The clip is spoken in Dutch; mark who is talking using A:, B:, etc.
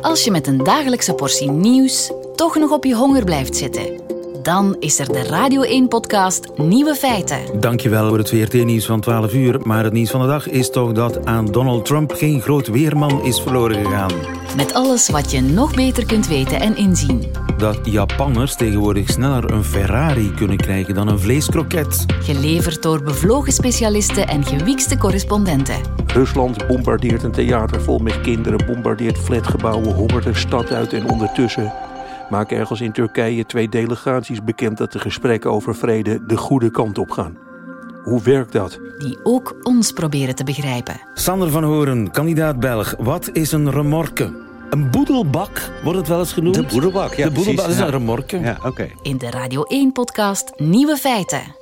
A: Als je met een dagelijkse portie nieuws toch nog op je honger blijft zitten, dan is er de Radio 1-podcast Nieuwe Feiten.
B: Dankjewel voor het VRT-nieuws van 12 uur. Maar het nieuws van de dag is toch dat aan Donald Trump geen groot weerman is verloren gegaan.
A: Met alles wat je nog beter kunt weten en inzien.
B: Dat Japanners tegenwoordig sneller een Ferrari kunnen krijgen dan een vleeskroket.
A: Geleverd door bevlogen specialisten en gewiekste correspondenten.
C: Rusland bombardeert een theater vol met kinderen, bombardeert flatgebouwen, hongert de stad uit en ondertussen maken ergens in Turkije twee delegaties bekend dat de gesprekken over vrede de goede kant op gaan. Hoe werkt dat?
A: Die ook ons proberen te begrijpen.
B: Sander van Horen, kandidaat Belg. Wat is een remorke? Een boedelbak wordt het wel eens genoemd.
D: De boedelbak, ja.
B: De boedelbak
D: precies,
B: is een
D: ja.
B: remorke.
D: Ja, oké.
A: In de Radio 1-podcast Nieuwe Feiten.